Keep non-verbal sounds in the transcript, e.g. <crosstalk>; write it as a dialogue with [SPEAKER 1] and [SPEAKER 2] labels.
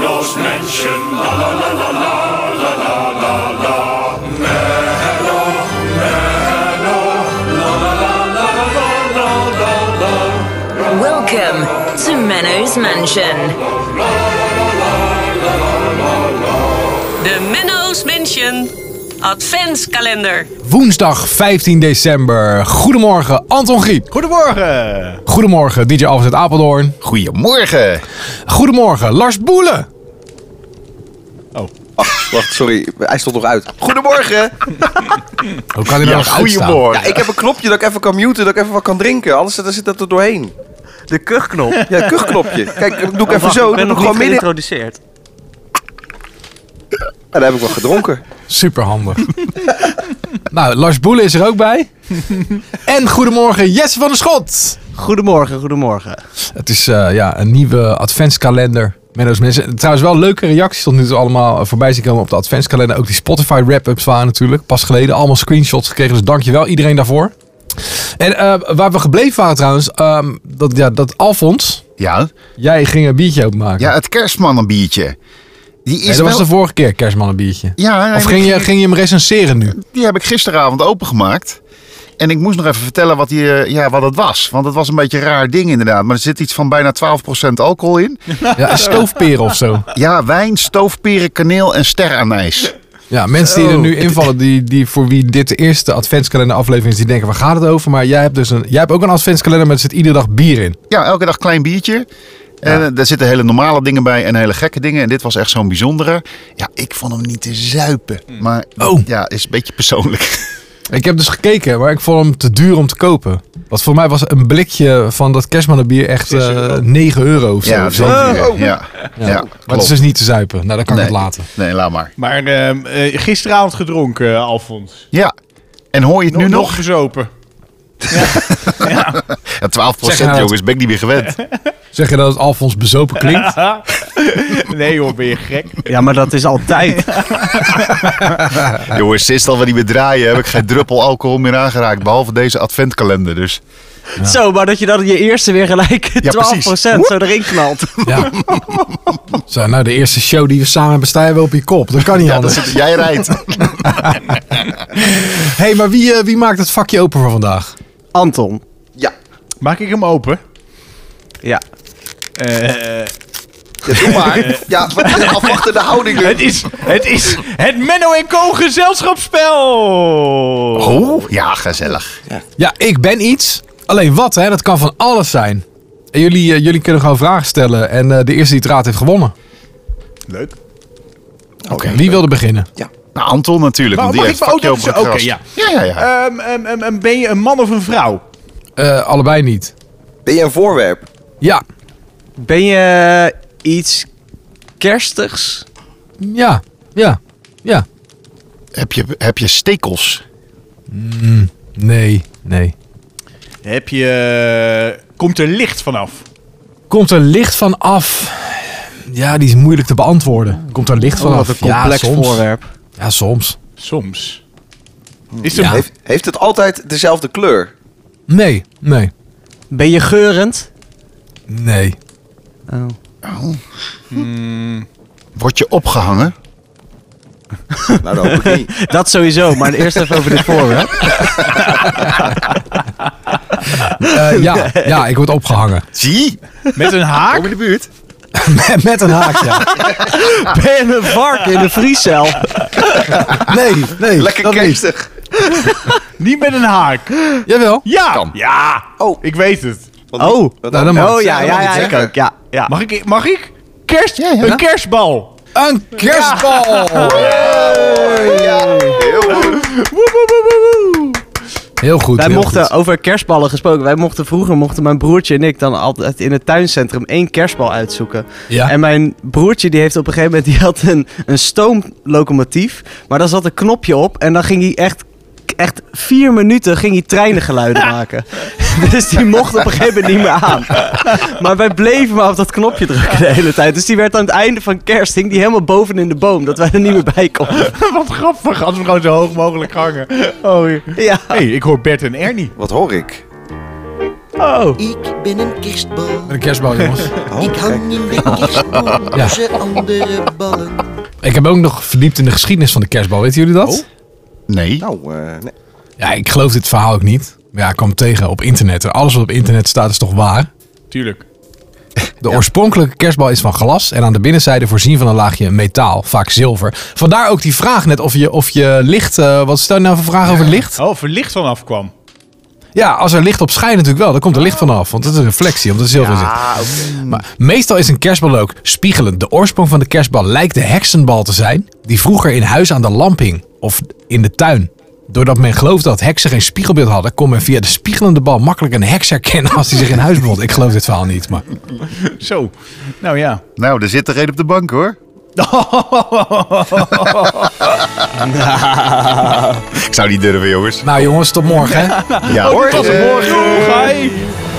[SPEAKER 1] Menschenmenschen, la la la la la, la la la la. Menno, Menno, la la la la la la la la.
[SPEAKER 2] Welcome to Menno's Mansion.
[SPEAKER 3] De Menno's Mansion Adventskalender.
[SPEAKER 4] Woensdag 15 december. Goedemorgen, Anton Griep.
[SPEAKER 5] Goedemorgen.
[SPEAKER 4] Goedemorgen, DJ Alves uit Apeldoorn.
[SPEAKER 5] Goedemorgen.
[SPEAKER 4] Goedemorgen, Lars Boelen.
[SPEAKER 6] Ach, wacht, sorry. Hij stond nog uit. Goedemorgen!
[SPEAKER 4] Hoe kan hij nou nog uitstaan?
[SPEAKER 6] Ja, ik heb een knopje dat ik even kan muten, dat ik even wat kan drinken. Anders dan zit dat er doorheen.
[SPEAKER 7] De kuchknop. Oh,
[SPEAKER 6] Ja, het kuchknopje. Kijk, doe ik even
[SPEAKER 7] Wacht,
[SPEAKER 6] zo.
[SPEAKER 7] ik ben
[SPEAKER 6] doe
[SPEAKER 7] nog
[SPEAKER 6] ik gewoon
[SPEAKER 7] niet
[SPEAKER 6] midden. En
[SPEAKER 7] geïntroduceerd.
[SPEAKER 6] daar heb ik wat gedronken.
[SPEAKER 4] Superhandig. <laughs> nou, Lars Boelen is er ook
[SPEAKER 5] <laughs>
[SPEAKER 4] bij. en goedemorgen, Jesse van der Schot.
[SPEAKER 5] Goedemorgen, goedemorgen.
[SPEAKER 4] Het is eh, ja, een nieuwe adventskalender. Menno's mensen. Trouwens, wel leuke reacties tot nu toe allemaal voorbij zien komen op de adventskalender. Ook die Spotify wrap-ups waren natuurlijk pas geleden. Allemaal screenshots gekregen, dus dankjewel iedereen daarvoor. En eh, waar we gebleven waren trouwens, ehm, dat, ja, dat Alfons,
[SPEAKER 5] Ja,
[SPEAKER 4] jij ging een biertje openmaken.
[SPEAKER 5] ja het kerstmannenbiertje. Die is
[SPEAKER 4] Nee, dat
[SPEAKER 5] wel...
[SPEAKER 4] was de vorige keer, kerstman een biertje.
[SPEAKER 5] Ja, nee,
[SPEAKER 4] of
[SPEAKER 5] die
[SPEAKER 4] ging je,
[SPEAKER 5] ging-
[SPEAKER 4] ging je hem recenseren
[SPEAKER 5] <laughs>
[SPEAKER 4] nu?
[SPEAKER 5] Die heb ik gisteravond opengemaakt. En ik moest nog even vertellen wat, die, eh, ja, wat het was. Want het was een beetje een raar ding inderdaad. Maar er zit iets van bijna 12% alcohol in.
[SPEAKER 4] Ja, een stoofperen of zo.
[SPEAKER 5] Ja, wijn, stoofperen, kaneel en sterrenanijs.
[SPEAKER 4] Ja, mensen die er nu invallen, die, die voor wie dit de eerste adventskalender aflevering is, die denken, waar gaat het over? Maar jij hebt dus een, jij hebt ook een adventskalender met er zit iedere dag bier in.
[SPEAKER 5] Ja, elke dag klein biertje. En eh, daar zitten hele normale dingen bij en hele gekke dingen. En dit was echt zo'n bijzondere. Ja, ik vond hem niet te zuipen. Maar
[SPEAKER 4] Oh.
[SPEAKER 5] ja, is een beetje
[SPEAKER 4] <laughs>
[SPEAKER 5] persoonlijk.
[SPEAKER 4] Ik heb dus gekeken, maar ik vond hem te duur om te kopen. Want voor mij was een blikje van dat kerstmannenbier echt eh 9 euro of zo.
[SPEAKER 5] Ja,
[SPEAKER 4] Of
[SPEAKER 5] zo.
[SPEAKER 4] zo.
[SPEAKER 5] Ja,
[SPEAKER 4] Oh. Maar
[SPEAKER 5] ja, ja.
[SPEAKER 4] het is
[SPEAKER 5] klopt.
[SPEAKER 4] dus niet te zuipen. Nou, dan kan
[SPEAKER 5] nee.
[SPEAKER 4] ik het laten.
[SPEAKER 5] Nee, laat maar.
[SPEAKER 8] Maar ehm, eh, gisteravond gedronken, eh, Alfons.
[SPEAKER 5] Ja. En hoor je het nu nog?
[SPEAKER 8] <laughs> bezopen.
[SPEAKER 5] Ja, 12
[SPEAKER 4] Zeg nou dat-
[SPEAKER 5] jongens, ben ik niet meer <laughs> gewend.
[SPEAKER 4] Zeg je dat het Alfons bezopen
[SPEAKER 5] <laughs>
[SPEAKER 4] klinkt?
[SPEAKER 8] nee hoor, ben je gek?
[SPEAKER 7] Ja, maar dat is <laughs> altijd.
[SPEAKER 5] jongens, sinds dat we niet meer draaien heb ik geen druppel alcohol meer aangeraakt. Behalve deze adventkalender dus.
[SPEAKER 7] Zo, maar dat je dan je eerste weer gelijk 12% zo erin knalt.
[SPEAKER 4] Ja. Zo, nou, de eerste show die we samen hebben, sta je wel op je kop. Dat kan niet
[SPEAKER 5] Ja, dat Oh.
[SPEAKER 4] anders.
[SPEAKER 5] zit, jij <laughs> rijdt.
[SPEAKER 4] Hé, hey, maar wie, eh, wie maakt het vakje open voor vandaag?
[SPEAKER 7] <laughs> Anton.
[SPEAKER 6] Ja.
[SPEAKER 8] Maak ik hem open?
[SPEAKER 7] Ja.
[SPEAKER 8] Eh,
[SPEAKER 6] ja,
[SPEAKER 7] <laughs>
[SPEAKER 6] doe maar. Ja, wat afwachten de houding nu.
[SPEAKER 8] het is het, is het Menno en Co gezelschapsspel.
[SPEAKER 5] Oh, ja, gezellig.
[SPEAKER 4] Ja, ik ben iets. Alleen wat, hè? Dat kan van alles zijn. En jullie, eh, jullie kunnen gewoon vragen stellen. En eh, de eerste die het raadt heeft gewonnen.
[SPEAKER 8] Leuk. Oh,
[SPEAKER 6] Oké.
[SPEAKER 4] Wie wilde beginnen?
[SPEAKER 5] Nou, Anton natuurlijk,
[SPEAKER 8] Maar
[SPEAKER 5] want die
[SPEAKER 8] mag
[SPEAKER 5] heeft
[SPEAKER 8] ik- oh,
[SPEAKER 5] vakje
[SPEAKER 8] dat
[SPEAKER 5] over
[SPEAKER 8] is-
[SPEAKER 5] het
[SPEAKER 8] oké,
[SPEAKER 5] gras.
[SPEAKER 8] ja.
[SPEAKER 5] ja, Eh, ja. ja.
[SPEAKER 8] Ehm, ehm, ehm, ehm, ben je een man of een vrouw?
[SPEAKER 4] Eh, allebei niet.
[SPEAKER 6] Ben je een voorwerp?
[SPEAKER 4] Ja.
[SPEAKER 7] Ben je iets kerstigs?
[SPEAKER 4] Ja. Ja. Ja.
[SPEAKER 5] Heb, je, heb je stekels?
[SPEAKER 4] Nee. Nee.
[SPEAKER 8] Heb je... eh, Komt er licht vanaf?
[SPEAKER 4] Komt er licht van af? Ja, die is moeilijk te beantwoorden. Komt er licht van
[SPEAKER 7] Oh,
[SPEAKER 4] af?
[SPEAKER 7] wat een complex
[SPEAKER 4] ja, soms.
[SPEAKER 7] voorwerp.
[SPEAKER 4] Ja, soms.
[SPEAKER 8] Soms. Is er
[SPEAKER 7] Ah.
[SPEAKER 4] Ja.
[SPEAKER 6] Heeft, heeft het altijd dezelfde kleur?
[SPEAKER 4] Nee. Nee.
[SPEAKER 7] Ben je geurend?
[SPEAKER 4] Nee.
[SPEAKER 7] Oh.
[SPEAKER 5] Word je opgehangen?
[SPEAKER 6] Nou, dat hoop ik
[SPEAKER 7] <laughs>
[SPEAKER 6] niet.
[SPEAKER 7] Dat sowieso, maar eerst even over dit voorwerp.
[SPEAKER 4] Eh,
[SPEAKER 7] <laughs>
[SPEAKER 4] ja. Ja, ik word opgehangen. <laughs>
[SPEAKER 5] Zie?
[SPEAKER 8] met een haak? <laughs>
[SPEAKER 5] Kom in de buurt.
[SPEAKER 4] Met, met een haak, ja.
[SPEAKER 7] <laughs> Ben je een vark in de vriescel?
[SPEAKER 4] Nee. Nee.
[SPEAKER 6] Lekker
[SPEAKER 4] dat niet.
[SPEAKER 6] kerstig.
[SPEAKER 8] Niet met een haak.
[SPEAKER 4] Jawel.
[SPEAKER 8] Ja. Ja.
[SPEAKER 6] Oh.
[SPEAKER 8] Ik weet het.
[SPEAKER 6] Want-
[SPEAKER 7] Oh.
[SPEAKER 6] want
[SPEAKER 4] Nou, dan mag
[SPEAKER 7] Oh
[SPEAKER 4] het.
[SPEAKER 7] ja, ja, ja, ik ook. Ja, ja.
[SPEAKER 8] Mag ik? Mag ik? Kerst,
[SPEAKER 5] Ja, ja.
[SPEAKER 8] Een kerstbal.
[SPEAKER 4] Een kerstbal.
[SPEAKER 6] Ja, heel goed.
[SPEAKER 4] Heel goed.
[SPEAKER 7] Wij
[SPEAKER 4] heel
[SPEAKER 7] mochten,
[SPEAKER 4] goed.
[SPEAKER 7] over kerstballen gesproken, wij mochten vroeger, mochten mijn broertje en ik dan altijd in het tuincentrum één kerstbal uitzoeken.
[SPEAKER 4] Ja.
[SPEAKER 7] En mijn broertje die heeft op een gegeven moment, die had een, een stoomlocomotief, maar daar zat een knopje op en dan ging hij echt, echt vier minuten ging hij
[SPEAKER 4] <laughs>
[SPEAKER 7] treinengeluiden maken. dus die mocht op een gegeven moment niet meer aan. Maar wij bleven maar op dat knopje drukken de hele tijd. Dus die werd aan het einde van kerst, hing die helemaal boven in de boom, dat wij er niet meer bij konden.
[SPEAKER 8] Wat grappig, als we gewoon zo hoog mogelijk hangen. Oh,
[SPEAKER 7] Ja.
[SPEAKER 8] hey, ik hoor Bert en Ernie.
[SPEAKER 6] Wat hoor ik?
[SPEAKER 7] Oh.
[SPEAKER 9] Ik ben een kerstbal.
[SPEAKER 4] Een kerstbal, jongens.
[SPEAKER 9] ik hang in de kerstboom
[SPEAKER 4] Ja.
[SPEAKER 9] tussen andere ballen.
[SPEAKER 4] ik heb ook nog verdiept in de geschiedenis van de kerstbal. Weten jullie
[SPEAKER 6] Oh.
[SPEAKER 4] dat?
[SPEAKER 5] Nee.
[SPEAKER 6] Nou, eh, nee.
[SPEAKER 4] Ja, ik geloof dit verhaal ook niet. Maar ja, ik kwam het tegen op internet. En alles wat op internet staat is toch waar?
[SPEAKER 8] Tuurlijk.
[SPEAKER 4] De oorspronkelijke kerstbal is van glas en aan de binnenzijde voorzien van een laagje metaal, vaak zilver. Vandaar ook die vraag net of je, of je licht... eh, wat stel je nou voor vraag over licht?
[SPEAKER 8] Oh, verlicht vanaf kwam.
[SPEAKER 4] Ja, als er licht op schijnt natuurlijk wel, dan komt er licht vanaf. Want dat is een reflectie, omdat er zilver in zit. Maar meestal is een kerstbal ook spiegelend. De oorsprong van de kerstbal lijkt de heksenbal te zijn... die vroeger in huis aan de lamp hing. Of in de tuin. Doordat men geloofde dat heksen geen spiegelbeeld hadden... kon men via de spiegelende bal makkelijk een heks herkennen... als hij zich in huis bevond. Ik geloof dit verhaal niet, maar...
[SPEAKER 8] Zo. Nou ja. <laughs>
[SPEAKER 5] Nou, daar zit er een op de bank hoor. Ik zou niet durven, jongens.
[SPEAKER 4] Nou jongens, tot morgen hè.
[SPEAKER 5] Ja, hoor.
[SPEAKER 8] Tot
[SPEAKER 5] Eh,
[SPEAKER 8] morgen. Doei.